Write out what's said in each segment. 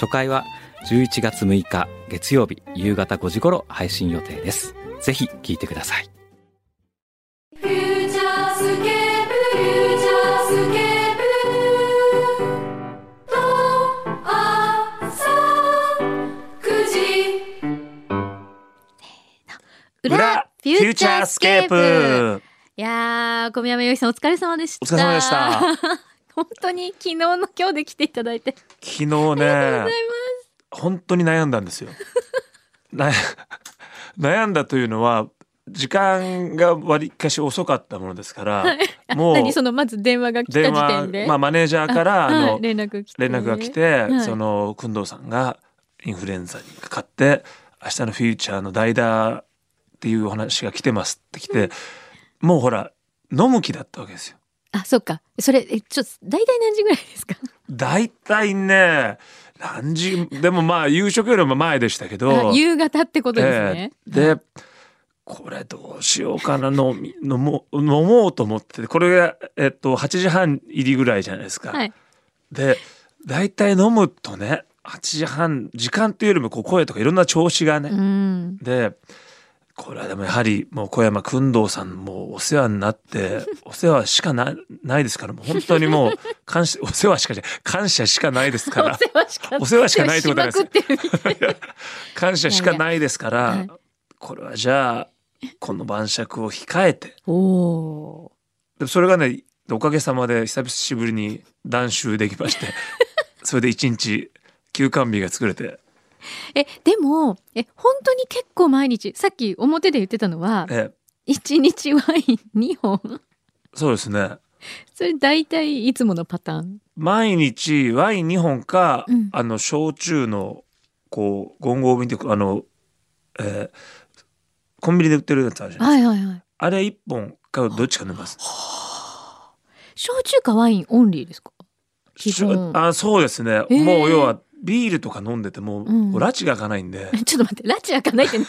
初回は11月6日月曜日夕方5時頃配信予定ですぜひ聞いてくださいフューチャースケープフューチャースケープと朝9時裏フューチャースケープいやー、小宮山由紀さんお疲れ様でした。お疲れ様でした。 本当に昨日の今日で来ていただいて。昨日ね本当に悩んだんですよ な悩んだというのは時間がわりかし遅かったものですから、あもう何そのまず電話が来た電時話点で。まあ、マネージャーからあはのい、連絡来て。連絡が来。て、はいその工藤さんがインフルエンザにかかって明日のフューチャーの代打っていうお話が来てますって来て、もうほら飲む気だったわけですよ。あ、そっか。それ、え、ちょっと、大体何時ぐらいですか大体ね何時でもまあ夕食よりも前でしたけどあ夕方ってことですね。ええでこれどうしようかな飲み飲もう飲もうと思ってこれが、えっと、8時半入りぐらいじゃないですか。はい。で大体飲むとね8時半時間というよりもこう声とかいろんな調子がね、うん。でこれはでもやはりもう小山君堂さんもお世話になってお世話しかなないですからもう本当にも う感謝お世話しかじゃ感謝しかないですかおら世話しかお世話しかないってことなんですよしまくってる みたいな感謝しかないですからいやいやはこれはじゃあこの晩酌を控えておー。でそれがねおかげさまで久しぶりに断酒できまして それで一日休館日が作れて、え、でも、え、本当に結構毎日、さっき表で言ってたのは、ええ1日ワイン2本。 そうですねそれ大体いつものパターン。毎日ワイン2本か、うんあの焼酎のこうゴンゴ瓶ってあの、えーコンビニで売ってるやつあるじゃないはいはいはい。あれ1本かどっちか飲みます焼酎かワインオンリーですか基本あそうですね、ーもう要はビールとか飲んでても、うんこう拉致が開かないん でえ ちょっと待って、拉致開かない って何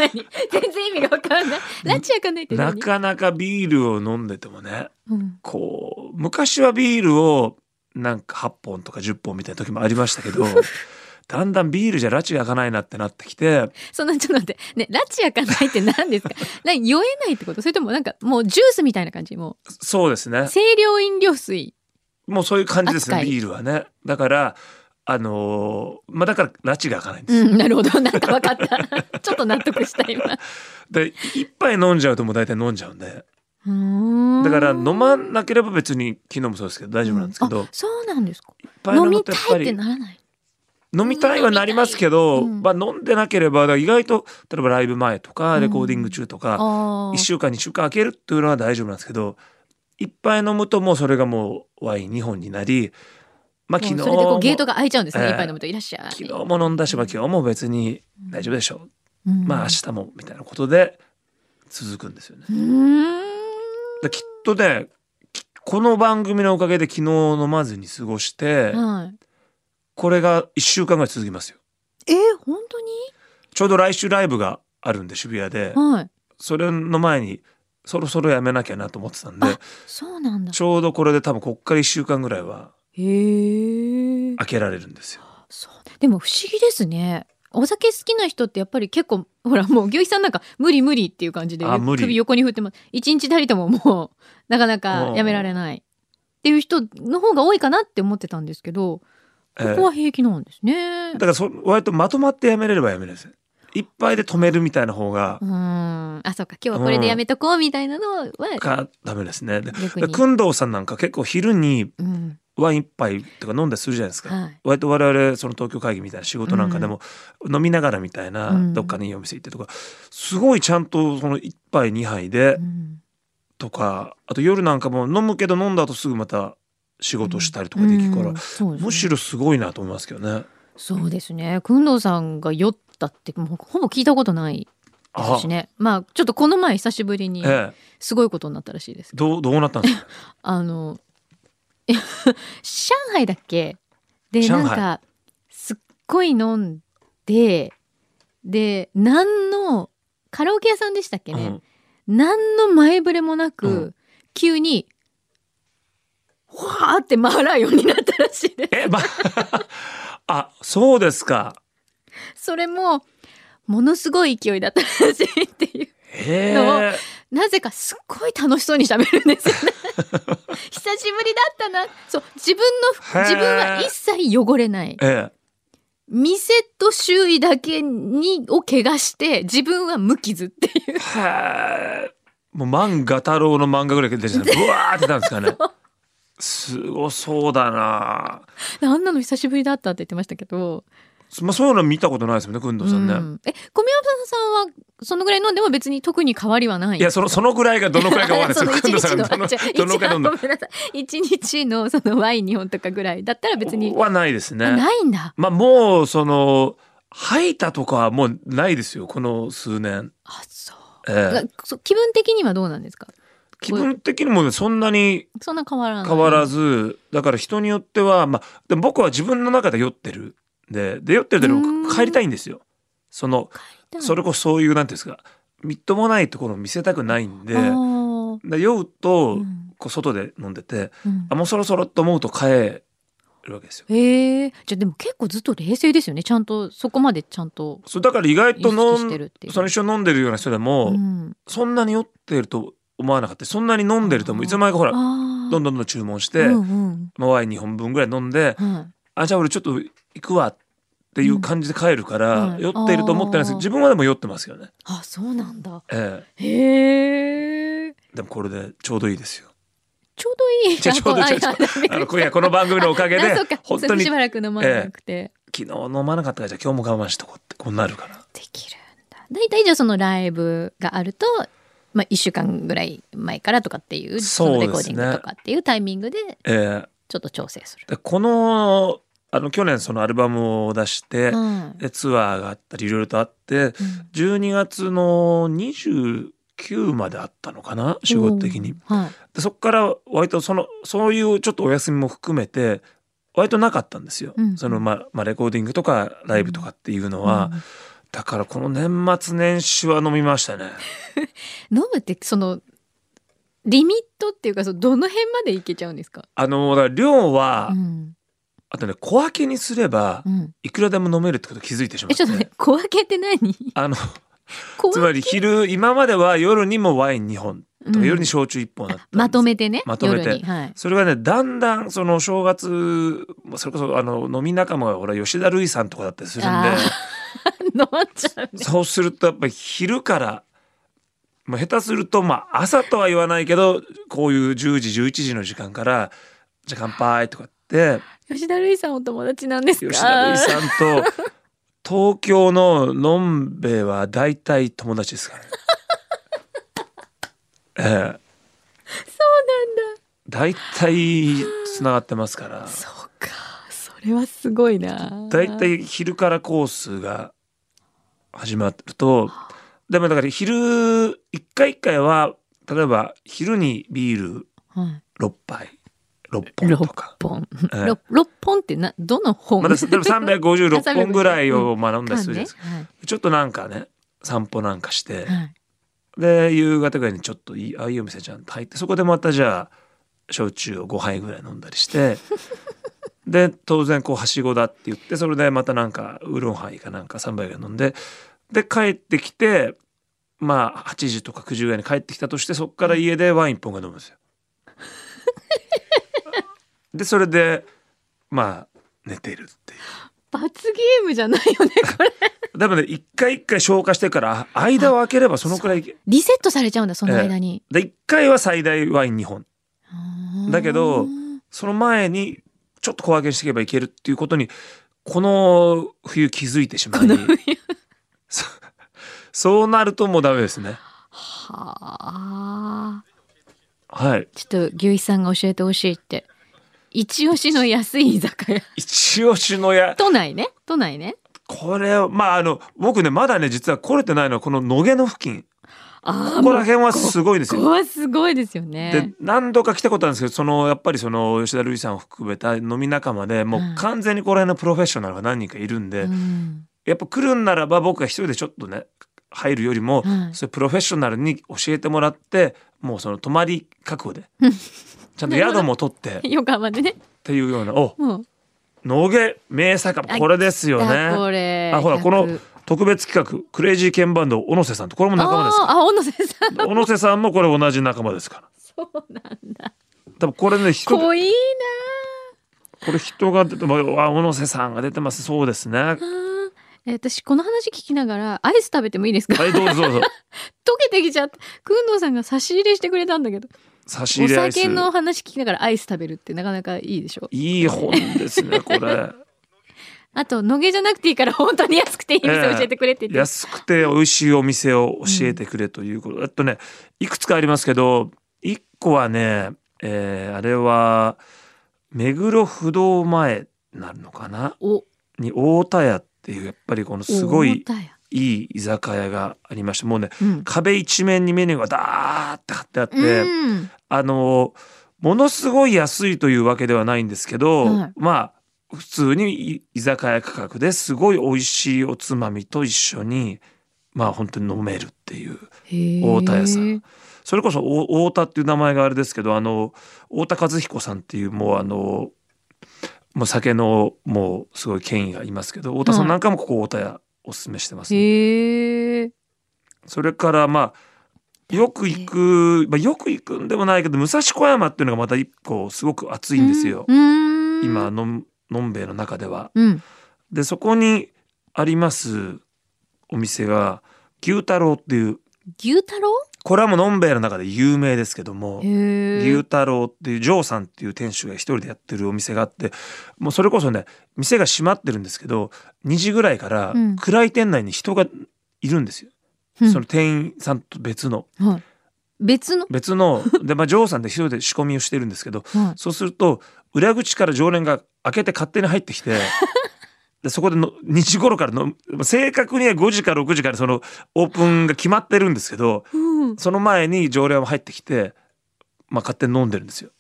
全然意味がわからない。拉致開かないってな何、かなかビールを飲んでてもねうん、こう昔はビールをなんか8本とか10本みたいな時もありました けどだんだんビールじゃ拉致が開かないなってなってきてそんな、ちょっと待って。ね、拉致開かないって何ですか何酔えないってことそれともなんかもうジュースみたいな感じもそうですねう、清涼飲料水。もうそういう感じですね扱いビールはねだからあのーまあだから拉致が開かないんです、うん、 なるほど。なんかわかった。 ちょっと納得した、今。で一杯飲んじゃうともう大体飲んじゃうんでうーんだから飲まなければ別に昨日もそうですけど大丈夫なんですけど、あそうなんですか。いっぱい飲飲むみとたやっぱいっりてならない。飲みたいはなりますけど、飲みまたあ、飲んでなければだから意外と例えばライブ前とかうんレコーディング中とか、あ一1あ。週間2週間空けるっていうのは大丈夫なんですけど一杯飲むともうそれがもうワイン2本になりまあもう昨日それでこうゲートが開いちゃうんですね。ええいっぱい飲むといらっしゃい。昨日も飲んだしまあ今日も別に大丈夫でしょううんまあ明日もみたいなことで続くんですよね。うーん。だきっとねきこの番組のおかげで昨日飲まずに過ごしてはい。これが1週間ぐらい続きますよ。えー、本当にちょうど来週ライブがあるんで渋谷ではい。それの前にそろそろやめなきゃなと思ってたんであそうなんだ。ちょうどこれで多分こっから1週間ぐらいはへえ。開けられるんですよ。そう。でも不思議ですね。お酒好きな人ってやっぱり結構ほらもう牛肥さんなんか無理無理っていう感じであ無理首横に振ってます一日たりとももうなかなかやめられないっていう人の方が多いかなって思ってたんですけどここは平気なんですね、えーだからそ割とまとまってやめれればやめれるんですよ。一杯で止めるみたいな方がうーんあそうか今日はこれでやめとこうみたいなのは、かダメですね。で逆でに、工藤さんなんか結構昼にうんワイン一杯とか飲んだりするじゃないですか。はい、割と我々その東京会議みたいな仕事なんかでも飲みながらみたいなうんどっかにいいお店行ってとかすごいちゃんとその一杯二杯でうんとかあと夜なんかも飲むけど飲んだ後すぐまた仕事したりとかできるかうらんそうですねむしろすごいなと思いますけどね。そうですね。くんどうさんが酔ったってもうほぼ聞いたことないですしね。まあちょっとこの前久しぶりにええ、すごいことになったらしいです。どうどうなったんですか。あのいや上海だっけで上な海んかすっごい飲んでで何のカラオケ屋さんでしたっけうね。ん、何の前触れもなく、うん急にわーってマーライオンになったらしいでえ、まあ、そうですか。すそれもものすごい勢いだったらしいっていうへのえ。なぜかすっごい楽しそうに喋るんですよね久しぶりだったなそう自分へのー自分は一切汚れないえ店と周囲だけにを怪我して自分は無傷っていうえ。へえ。もう漫画太郎の漫画ぐらい出てた。ブワーってたんですかね。すごそうだな。あんなの久しぶりだったって言ってましたけどまあ、そういうの見たことないですよね、くんどうさんね。うん、え小宮山さんはそのぐらい飲んでも別に特に変わりはないいや、その、そのぐらいがどのくらいかわかんないで すそよ。のく一んどうさ日んのがどの、どのくご。めらい飲んだんなさい一日のそのワイン2本とかぐらいだったら別に、はないですあね。ないんだまあ、もう、その、吐いたとかはもうないですよ、この数年。あそうええ、そう気分的にはどうなんですか気分的にもねそんなにそんな変わらない変わらずだから人によってはまあでも僕は自分の中で酔ってるでで酔ってるでうーん帰りたいんですよそのそれこそそういうなんていうんですかみっともないところを見せたくないんであーで酔うとうんこう外で飲んでてうんあもうそろそろと思うと帰るわけですよ。えー、じゃあでも結構ずっと冷静ですよねちゃんとそこまでちゃんとそうだから意外意と識飲してんるっていうその一緒に飲んでるような人でも、うん、そんなに酔ってると思わなかったそんなに飲んでるともういつの間にかほらどあんーどんどんどん注文して、うんうんまあワイン2本分ぐらい飲んではあじゃあ俺ちょっと行くわっていう感じで帰るから、うんはい酔っていると思ってないですけあーど自分はでも酔ってますよね、い、あそうなんだええへえでもこれでちょうどいいですよちょうどいいじゃあちょうどいいあちょうどいああの今夜この番組のおかげで あそうか本当にしば昨らく飲まなくて、日飲まなかったからじゃあ今日も我慢しとこうってこうなるからできるんだ大体じゃあそのライブがあると、まあ、1週間ぐらい前からとかっていうそのレコーディングとかっていうタイミングでえちょっと調整するえでこのあの去年そのアルバムを出して、うんでツアーがあったりいろいろとあってうん12月の29まであったのかな仕事的に。うんはいでそこから割とそのそういうちょっとお休みも含めて割となかったんですよ、うんそのまあまあ、レコーディングとかライブとかっていうのは、だからこの年末年始は飲みましたねうん飲むってそのリミットっていうかそのどの辺までいけちゃうんですか、あのだから量は、うんあとね小分けにすればうんいくらでも飲めるってこと気づいてしまえっちてょっとね小分けって何あの小つ分まり昼今までは夜にもワイン2本とか、うん夜に焼酎1本だったんですまとめてねまとめて夜に、はい、 それがねだんだんその正月それこそあの飲み仲間がほら吉田類さんとかだったりするんであー。飲まっちゃうねそうするとやっぱり昼から、まあ、下手するとまあ朝とは言わないけどこういう10時11時の時間から「じゃあ乾杯」とかって吉田類さんお友達なんですか吉田類さんと東京ののんべえは大体友達ですからね。 ええ、そうなんだ大体つながってますからそうかそれはすごいな大体昼からコースが始まるとでもだから昼一回一回は例えば昼にビールは6杯6い、本と6か。本、え六六本ってなどの本、まあ、でも356本ぐらいを学んだ りす缶ねるじゃないですか、はいちょっとなんかね散歩なんかしてはいで夕方ぐらいにちょっといいああいうお店ちゃんと入ってそこでまたじゃあ焼酎を5杯ぐらい飲んだりして で当然こうはしごだって言ってそれでまたなんかウーロンハイかなんか3杯ぐらい飲んでで帰ってきてまあ8時とか9時ぐらいに帰ってきたとしてそこから家でワイン1本が飲むんです よ。でそれでまあ寝てるってい罰ゲームじゃないよねこれう。でもね一回一回消化してからあ間を空ければそのくらいいけ リセットされちゃうんだその間に、で1回は最大ワイン2本。あーだけどその前にちょっと小分けにしていけばいけるっていうことにこの冬気づいてしまいそ そうなるともうダメですねはあはいちょっと牛一さんが教えてほしいって一押しの安い居酒屋。一押しのや 都内ね。都内ね。これをまああの僕ねまだね実は来れてないのはこの野毛の付近ああ、ここら辺はもうすごいですこよこ。はすごいですよでね。何度か来たことあるんですけどそのやっぱりその吉田類さんを含めた飲み仲間でもうはい完全にこの辺のプロフェッショナルが何人かいるんで、うんやっぱ来るんならば僕が一人でちょっとね入るよりも、はいそういうプロフェッショナルに教えてもらってもうその泊まり確保でちゃんと宿も取ってっ横浜でね。ていうようなおもう。野毛名酒場あこれですよだこれ。ねあほら100この特別企画クレイジーケンバンド小野瀬さんとこれも仲間ですあーあ、小野先生。から小野瀬さんもこれ同じ仲間ですからそうなんだ。多分これね人濃いなこれ人が出てまあ小野瀬さんが出てますそうですねはあー。えー私この話聞きながらアイス食べてもいいですか、い溶どうぞどうぞけてきちゃってくんどうさんが差し入れしてくれたんだけど差しお入れアイス酒の話聞きながらアイス食べるってなかなかいいでしょいい本ですねこれあと野毛じゃなくていいから本当に安くていい店教えてくれって言って、安くて美味しいお店を教えてくれということ、えっとねいくつかありますけど一個はね、えーあれは目黒不動前なるのかなおに大田屋っていうやっぱりこのすご思っいたよいい居酒屋がありましてもうねうん壁一面にメニューがダーって貼ってあって、うんあのものすごい安いというわけではないんですけど、はいまあ普通にい居酒屋価格ですごい美味しいおつまみと一緒にまあ本当に飲めるっていう大太田屋さんそれこそお太田っていう名前があれですけどあの太田和彦さんっていうもうあのもう酒のもうすごい権威がいますけど太田さんなんかもここ太田屋おすすめしてますね、へえそれからまあよく行く、まあ、よく行くんでもないけど武蔵小山っていうのがまた一個すごく熱いんですよ、うん今のんのんべえの中では。うんでそこにありますお店が牛太郎っていう牛太郎これはもうのんべえの中で有名ですけどもへ。え牛太郎っていうジョーさんっていう店主が一人でやってるお店があってもうそれこそね店が閉まってるんですけど2時ぐらいからうん暗い店内に人がいるんですよ、うんその店員さんと別のはい別の別ので、まあ、ジョーさんで一人で仕込みをしてるんですけどはいそうすると裏口から常連が開けて勝手に入って きてでそこでの2時頃からの正確には5時か6時からそのオープンが決まってるんですけどうんその前に常連は入ってきて、まあ、勝手に飲んでるんですよ。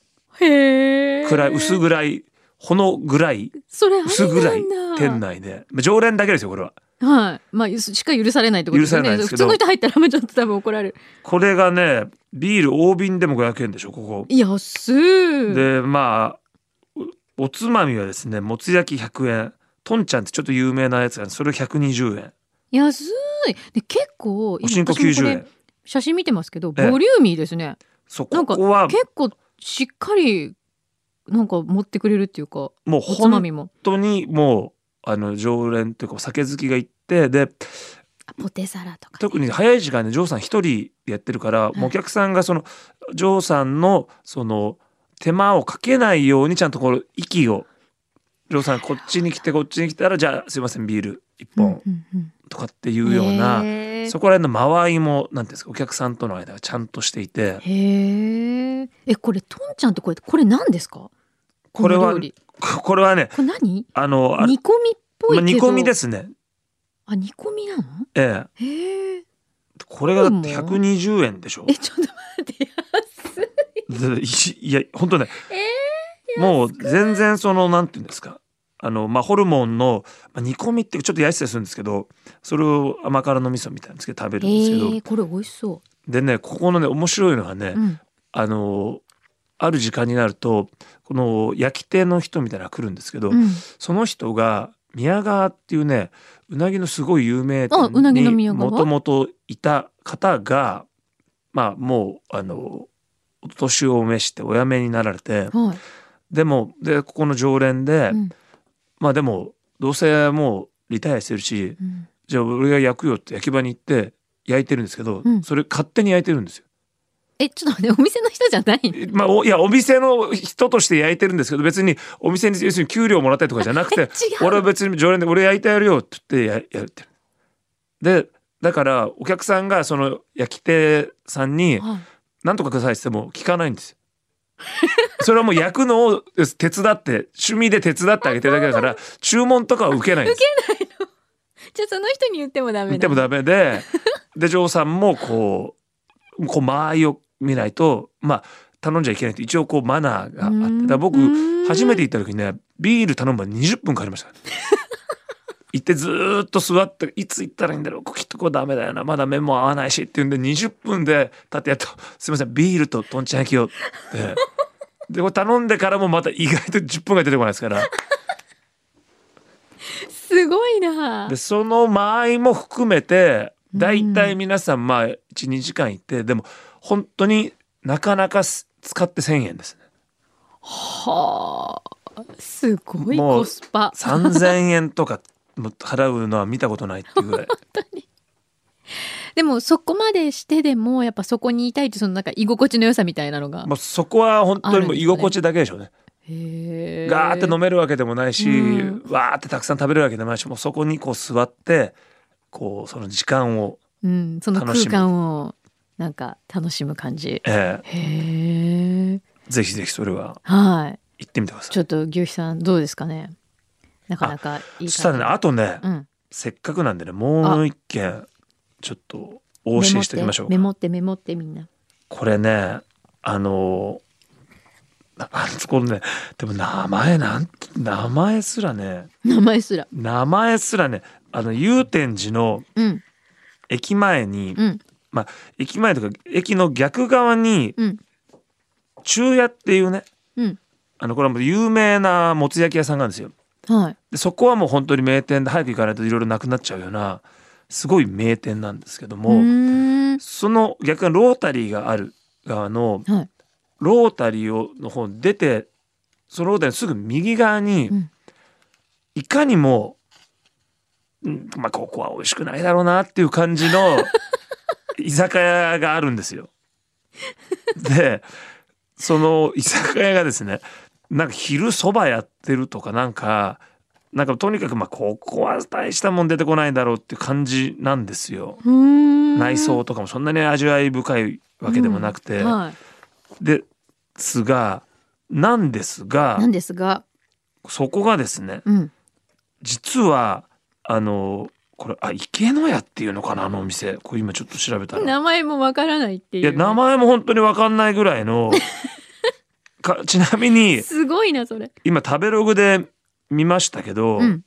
へえ暗い薄い暗いほの暗いそれありなんだ薄暗い店内でまあ常連だけですよこれは。はいまあゆすしか許されないってことですよね許されないですけ普ど通の人入ったらもうちょっと多分怒られるこれがねビール大瓶でも500円でしょここ。安いでまあおおつまみはですねもつ焼き100円とんちゃんってちょっと有名なやつがあるそれ120円安いで結構おしんこ私もこ90れ円写真見てますけどボええリューミーですねそうなこんかこは結構しっかりなんか持ってくれるっていうかもおうつまみ本も当にもうあの常連というかお酒好きが行ってであポテサラとかね、特に早い時間でジョーさん一人でやってるから、いもうお客さんがそのジョーさんのその手間をかけないようにちゃんとこの息をジョーさんこっちに来てこっちに来たらじゃあすいませんビール1本うんうんとかっていうんうような。へーそこら辺の間合いも何ていうんですかお客さんとの間がちゃんとしていてへええこれとんちゃんってこれこれ何ですかこれはの料理ここれはねこれ何あのあ煮込みっぽいけど、まあ煮込みですすねあ煮込みなのええへえこれがだってそうなの120円でしょえちょっと待って安いでい いや本当ねえもう全然そのなんていうんですかあのまあホルモンの、まあ、煮込みってちょっと安さするんですけどそれを甘辛の味噌みたいなのつけて食べるんですけど、ー、これ美味しそでねここのね面白いのはね、う、うん、あのある時間になるとこの焼き手の人みたいなのが来るんですけど、うん、その人が宮川っていうねうなぎのすごい有名あうなぎのに宮川もともといた方がまあもうあのお年を召してお辞めになられてはい、でもでここの常連で、うんまあでもどうせもうリタイアしてるしうん、じゃあ俺が焼くよって焼き場に行って焼いてるんですけど、うんそれ勝手に焼いてるんですよ。えちょっと待ってお店の人じゃないのえまあ、おいやお店の人として焼いてるんですけど別にお店に要するに給料もらったりとかじゃなく て違う俺は別に常連で俺焼いてやるよって言ってややってる。でだからお客さんがその焼き手さんにはい「何とかください」って言っても聞かないんですよ。 それはもう焼くのを手伝って趣味で手伝ってあげてるだけだから注文とかは受けないんですじゃあその人に言ってもダメ見てもダメ でで嬢さんもこうこう間合いを見ないとまあ頼んじゃいけないって一応こうマナーがあってだから僕初めて行った時ねビール頼むまで20分かかり ました、ね、行ってずーっと座っていつ行ったらいいんだろうここきっとこうダメだよなまだ麺も合わないしっていうんで20分で立ってやっと「すいませんビールととんちゃん焼きを」ってでこれ頼んでからもまた意外と10分が出てこないですから。すごいなでその間合いも含めてだいたい皆さんまあ12時間行ってでも本当になかなかす使って1,000円ですねはあすごいもうコスパ3,000円とか も払うのは見たことないってい うぐらいでもそこまでしてでもやっぱそこにいたいってそのなんか居心地の良さみたいなのがもうそこは本当にもう居心地だけでしょうねへえガーって飲めるわけでもないし、うわーってたくさん食べるわけでもないしもうそこにこう座ってこうその時間を、うんその楽し空む間をなんか楽しむ感じえへえーぜひぜひそれははい行ってみてくださいちょっと牛肥さんどうですかねなかなかいいそしたらねあとね、うんせっかくなんでねもう一件ちょっとお教えしておきましょうかメモってメモってメモってみんなこれねあのなあのこのねでも名前なん名前すらね名前すら名前すらねあの祐天寺のうん駅前に、うんまあ駅前とか駅の逆側にうん中屋っていうねうんあのこれはもう有名なもつ焼き屋さんがあるんですよはいでそこはもう本当に名店で早く行かないといろいろなくなっちゃうようなすごい名店なんですけどうも、ーんその逆にロータリーがある側の、はいロータリーをの方に出てそのロータリーのすぐ右側に、うんいかにも、うんまあ、ここは美味しくないだろうなっていう感じの 居酒屋があるんですよ。でその居酒屋がですねなんか昼そばやってるとかなんかなんかとにかくまあここは大したもん出てこないだろうっていう感じなんですよ。うーん内装とかもそんなに味わい深いわけでもなくて、はいですがなんですがなんですがそこがですねうん実はあのこれあ池の屋っていうのかなあのお店これ今ちょっと調べたら名前もわからないっていういや名前も本当に分かんないぐら いのかちなみにすごいなそれ今食べログで見ましたけど、うん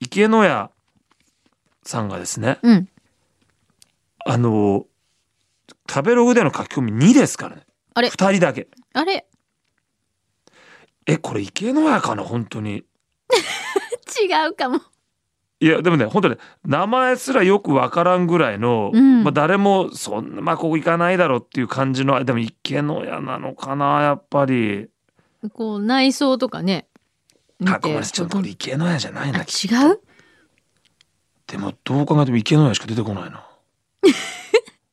池の屋さんがですねうんあの食べログでの書き込み2ですからねあれ2人だけ。あれえこれ池の屋かな本当に違うかもいやでもね本当ね名前すらよくわからんぐらいの、うんまあ、誰もそんなまあここ行かないだろうっていう感じのあでも池の屋なのかなやっぱりこう内装とかね見あごめんなさいちょっとこれ違池の屋じゃないなうでもどう考えても池の屋しか出て こないな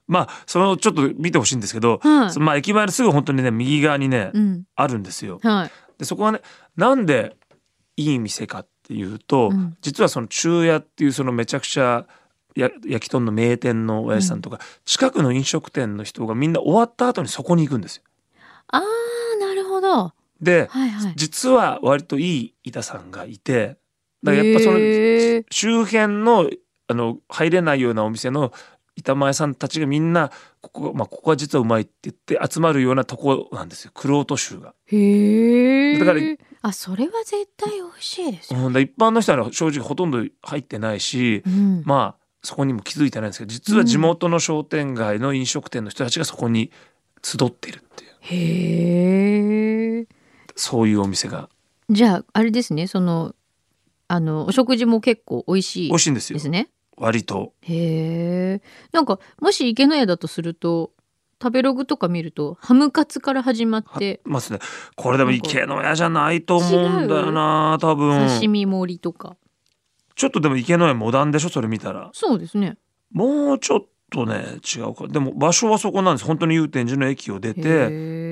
まあそのちょっと見てほしいんですけど、はいそのまあ駅前のすぐ本当にね右側にね、うんあるんですよはいでそこはねなんでいい店かっていうと、うん実はその中屋っていうそのめちゃくちゃや焼き豚の名店のおやじさんとか、近くの飲食店の人がみんな終わった後にそこに行くんですよ。あーなるほどはで、いはい実は割といい板さんがいてだからやっぱそのへー周辺のあの入れないようなお店の板前さんたちがみんなここ,、まあ、ここは実はうまいって言って集まるようなとこなんですよクロート州が。へえだからあそれは絶対美味しいですよ、うん、で一般の人は正直ほとんど入ってないし、うんまあそこにも気づいてないんですけど実は地元の商店街の飲食店の人たちがそこに集っているっていうへえそういうお店がじゃああれですねそのあのお食事も結構美味しい美味しいんですよですね割とへえんかもし池の屋だとすると食べログとか見るとハムカツから始まってますねこれでもなんか池の屋じゃないと思うんだよな多分刺身盛りとか、ちょっとでも池の屋モダンでしょそれ見たらそうですねもうちょっとね違うかでも場所はそこなんです本当に祐天寺の駅を出てへ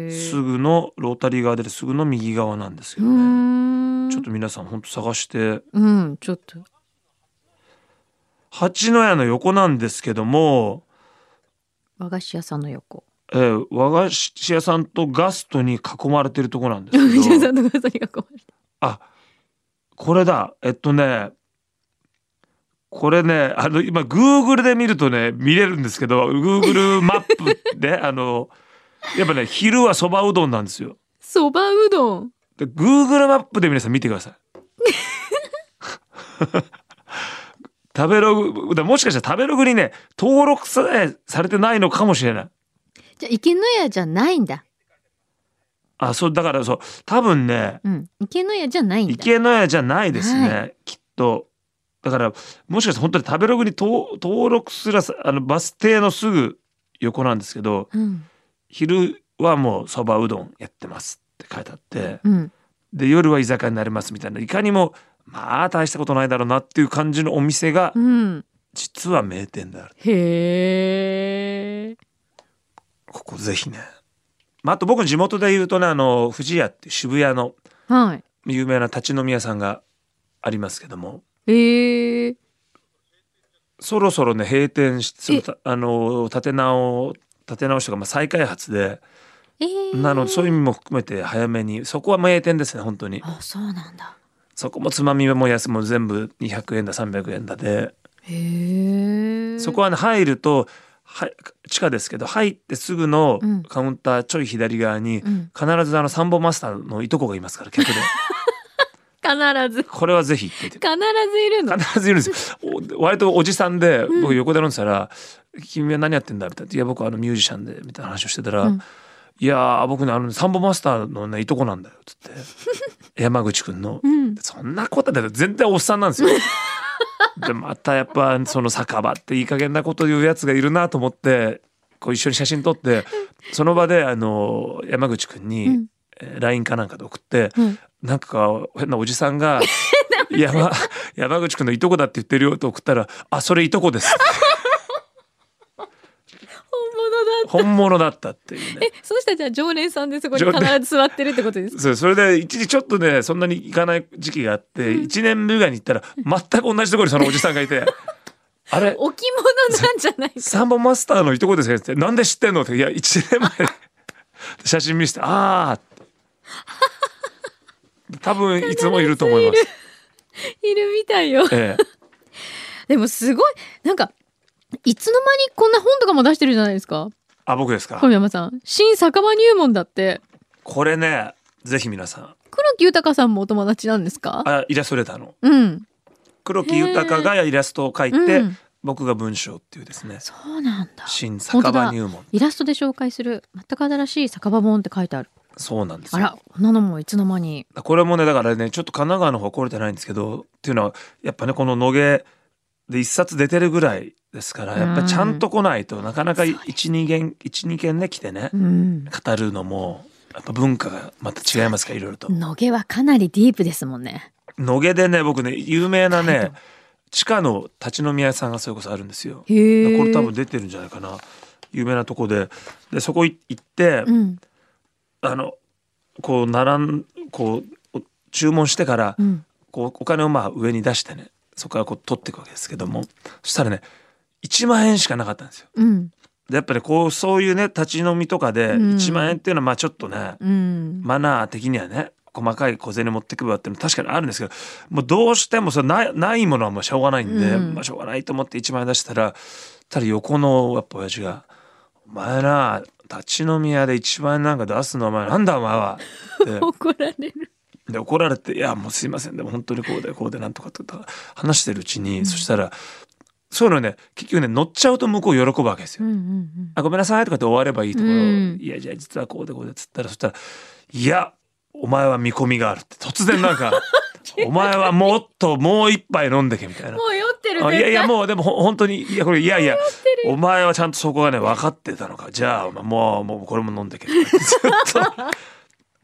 えすぐのロータリー側出てすぐの右側なんですけうどねーんちょっと皆さん本当探してうんちょっと八の屋の横なんですけども和菓子屋さんの横えー和菓子屋さんとガストに囲まれてるとこなんでお 医者すけさどんとかそれが困る。あこれだえっとねこれねあの今 Google で見るとね見れるんですけど Google マップ であのやっぱね昼はそばうどんなんですよ。そばうどん。で Google マップで皆さん見て ください。食べログだもしかしたら食べログにね登録さえされてないのかもしれない。じゃあ池の屋じゃないんだ。あそうだからそう多分ねうん。池の屋じゃないんだ。池の屋じゃないですね、はきっと。だからもしかして本当に食べログにと登録すらさあのバス停のすぐ横なんですけどうん。昼はもうそばうどんやってますって書いてあってうん。で夜は居酒屋になりますみたいないかにもまあ大したことないだろうなっていう感じのお店がうん。実は名店であるへえ。ここぜひね、まあ、あと僕の地元で言うとねあの富士屋っていう渋谷のはい。有名な立ち飲み屋さんがありますけどもええ。そろそろね閉店しそのえたあの立て直立て直しとか、まあ、再開発でえーなのでそういう意味も含めて早めにそこは名店ですね本当にあ、そうなんだ。そこもつまみも安も全部200円だ300円だでへえ。そこはね入るとは地下ですけど入ってすぐのうんカウンターちょい左側にうん必ずあのサンボマスターのいとこがいますか ら客で必ず必これはぜひ行ってみてずいるの。必ずいるんですよお割とおじさんでうん僕横で飲んでたら「君は何やってんだ?」みたいな「いや僕はあのミュージシャンで」みたいな話をしてたら「うんいやー僕ねあのサンボマスターのねいとこなんだよ」っつっ て山口くんのうん。そんなことだよ全然おっさんなんですよ。 でまたやっぱその酒場っていい加減なこと言うやつがいるなと思ってこう一緒に写真撮ってその場であの山口くんうにんえー LINE かなんかで送って、うんなんか変なおじさんが 山山口くんのいとこだって言ってるよと送ったら「あそれいとこです」本物だ。本物だったっていうね。そうしたらじゃあ常連さんでそこに常必連ず座ってるってことです か。そうそれで一時ちょっとねそんなに行かない時期があって1年目ぐらいに行ったら全く同じところにそのおじさん がいて「あれ置物なんじゃ ないか。サンボマスターのいとこですよって、なんで知ってんのって、いや、一年前。 写真見せて、ああって。多分いつもいると思います。いるみたいよ。ええ、でもすごいなんかいつの間にこんな本とかも出してるじゃないですか。あ、僕ですか小。宮山さん、新酒場入門だってこれね、ぜひ皆さん、黒木豊さんもお友達なんですか。あ、イラストレーターのうん。黒木豊がイラストを描いて、うん僕が文章っていうですね。そうなんだ。新酒場入門。イラストで紹介する全く新しい酒場本って書いてある。そうなんですあよ。ら、こんなのもいつの間に。これもねだからねちょっと神奈川の方来れてないんですけどっていうのはやっぱねこの野毛で一冊出てるぐらいですからやっぱちゃんと来ないとなかなか12件一二件ね来てねうん。語るのもやっぱ文化がまた違いますからいろいろと。野毛はかなりディープですもんね。野毛でね僕ね有名なはいね地下の立ち飲み屋さんがそれこそあるんですよ。へこえ。れ多分。出てるんじゃないかな有名なとこででそこい行ってうん。あのこう並んこう注文してからうん。こうお金をまあ上に出してねそこからこう取っていくわけですけどもそしたらね1万円しかなかったんですよ。うん。でやっぱりこうそういうね立ち飲みとかでうん1万円っていうのはまあちょっとね、うん。マナー的にはね細かい小銭持ってくわっていうのは確かにあるんですけどもうどうしてもそれないないものはもうしょうがないんで、うんまあ、しょうがないと思って1万円出したらただ横のやっぱ親父が「お前な立ち飲み屋で1万円なんか出すのお前なんだお前は」って。怒られる。で怒られて「いやもうすいませんでも本当にこうでこうでなんとか」とか話してるうちに、そしたらそういうのね結局ね乗っちゃうと向こう喜ぶわけですよ。うんうんあごめんなさいとかって終わればいいところ、うんいやじゃあ実はこうでこうでっつったらそしたら「いやお前は見込みがある」って突然な んか「お前はもっともう一杯飲んでけ」みたいも。なう酔ってるあいやいやももうでもほ本当にいやこれいやいやお前はちゃんとそこがね分かってたのかじゃあお前もうもうこれも飲んでけずっと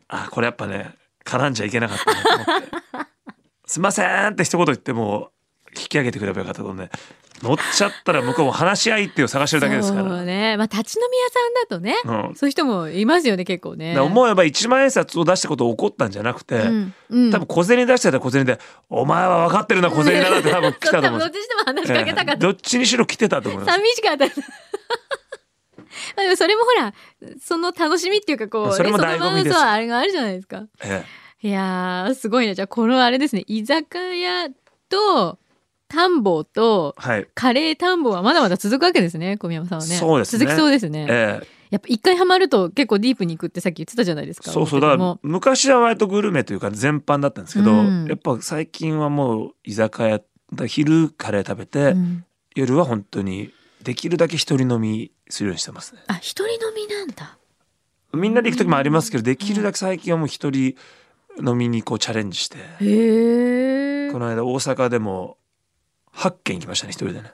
あこれやっぱね絡んじゃいけなかったなと思ってすいませんって一言言ってもう引き上げてくればよかったとね乗っちゃったら向こうも話し合いっていうを探してるだけですからそうね。まあ立ち飲み屋さんだとね、うんそういう人もいますよね結構ね。で思えば一万円札を出したことを怒ったんじゃなくて、うん。うん。多分小銭出してたら小銭で「お前は分かってるな小銭だな」って多分来 そうたと多分思うどんっちでにしても話すしかけたかえった。えどっちにしろ来てたと思います寂しかった。 まあでもそれもほらその楽しみっていうかこうね、それも醍醐味ですそのままそうあれがあるじゃないですかええいやーすごいなじゃあこのあれですね居酒屋と田んぼとはい。カレー田んぼはまだまだ続くわけですね小宮山さんはねそうですね続きそうですね、ええ、やっぱ一回ハマると結構ディープに行くってさっき言ってたじゃないですかそうそうお二人だからも昔は割とグルメというか全般だったんですけど、うんやっぱ最近はもう居酒屋だから昼カレー食べて、うん夜は本当にできるだけ一人飲みするようにしてますねあ一人飲みなんだみんなで行く時もありますけどできるだけ最近はもう一人飲みにこうチャレンジして、へえこの間大阪でも8軒行きましたね一人でね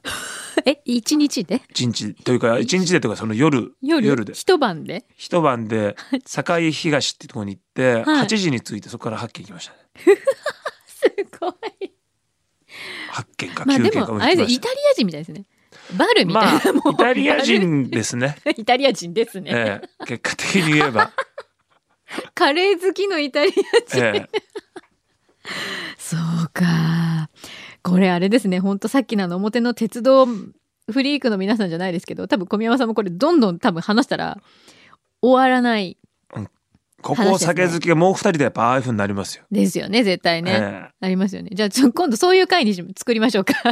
え一日で一日というか一日でというかその夜夜で一晩で 一晩で堺東っていうところに行って、はい8時に着いてそこから8軒行きましたねすごい8軒かまあ9で軒かももあれ行きでますイしタたリア人みたいですねバルみたまいな、もあうイタリア人バですね、ルイタリア人ですね、ええ、結果的に言 えば、カレー好きのイタリア人、ええ、そうかこれあれですねほんとさっきのあの表の鉄道フリークの皆さんじゃないですけど多分小宮山さんもこれどんどん多分話したら終わらないここを酒好きがもう2人でやっぱああいうふうになりますよ、ですよね絶対ね、ええありますよね。じゃあちょ今度そういう会にし作りまし ょうか。工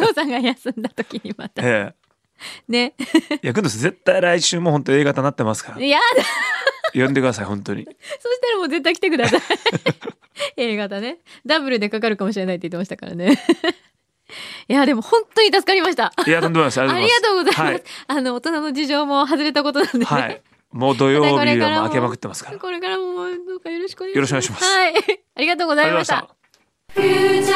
藤さんが休んだ時にまたえ ね。え、いやくんどうせ絶対来週も本当 A 型になってますからいやだ。呼んでください本当にそしたらもう絶対来てください。A 型ね。ダブルでかかるかもしれないって言ってましたからね。 いやでも本当に助かりました。いやとんでもないですあありりがとうございます。はいあの大人の事情も外れたことなんでね。はい、 もう土曜日またこれかはらももう明けまくってますからこれからもどうかよろしくお願いします。よろしくお願いしますはい。ありがとうございました。ありがとうございましフューチたャ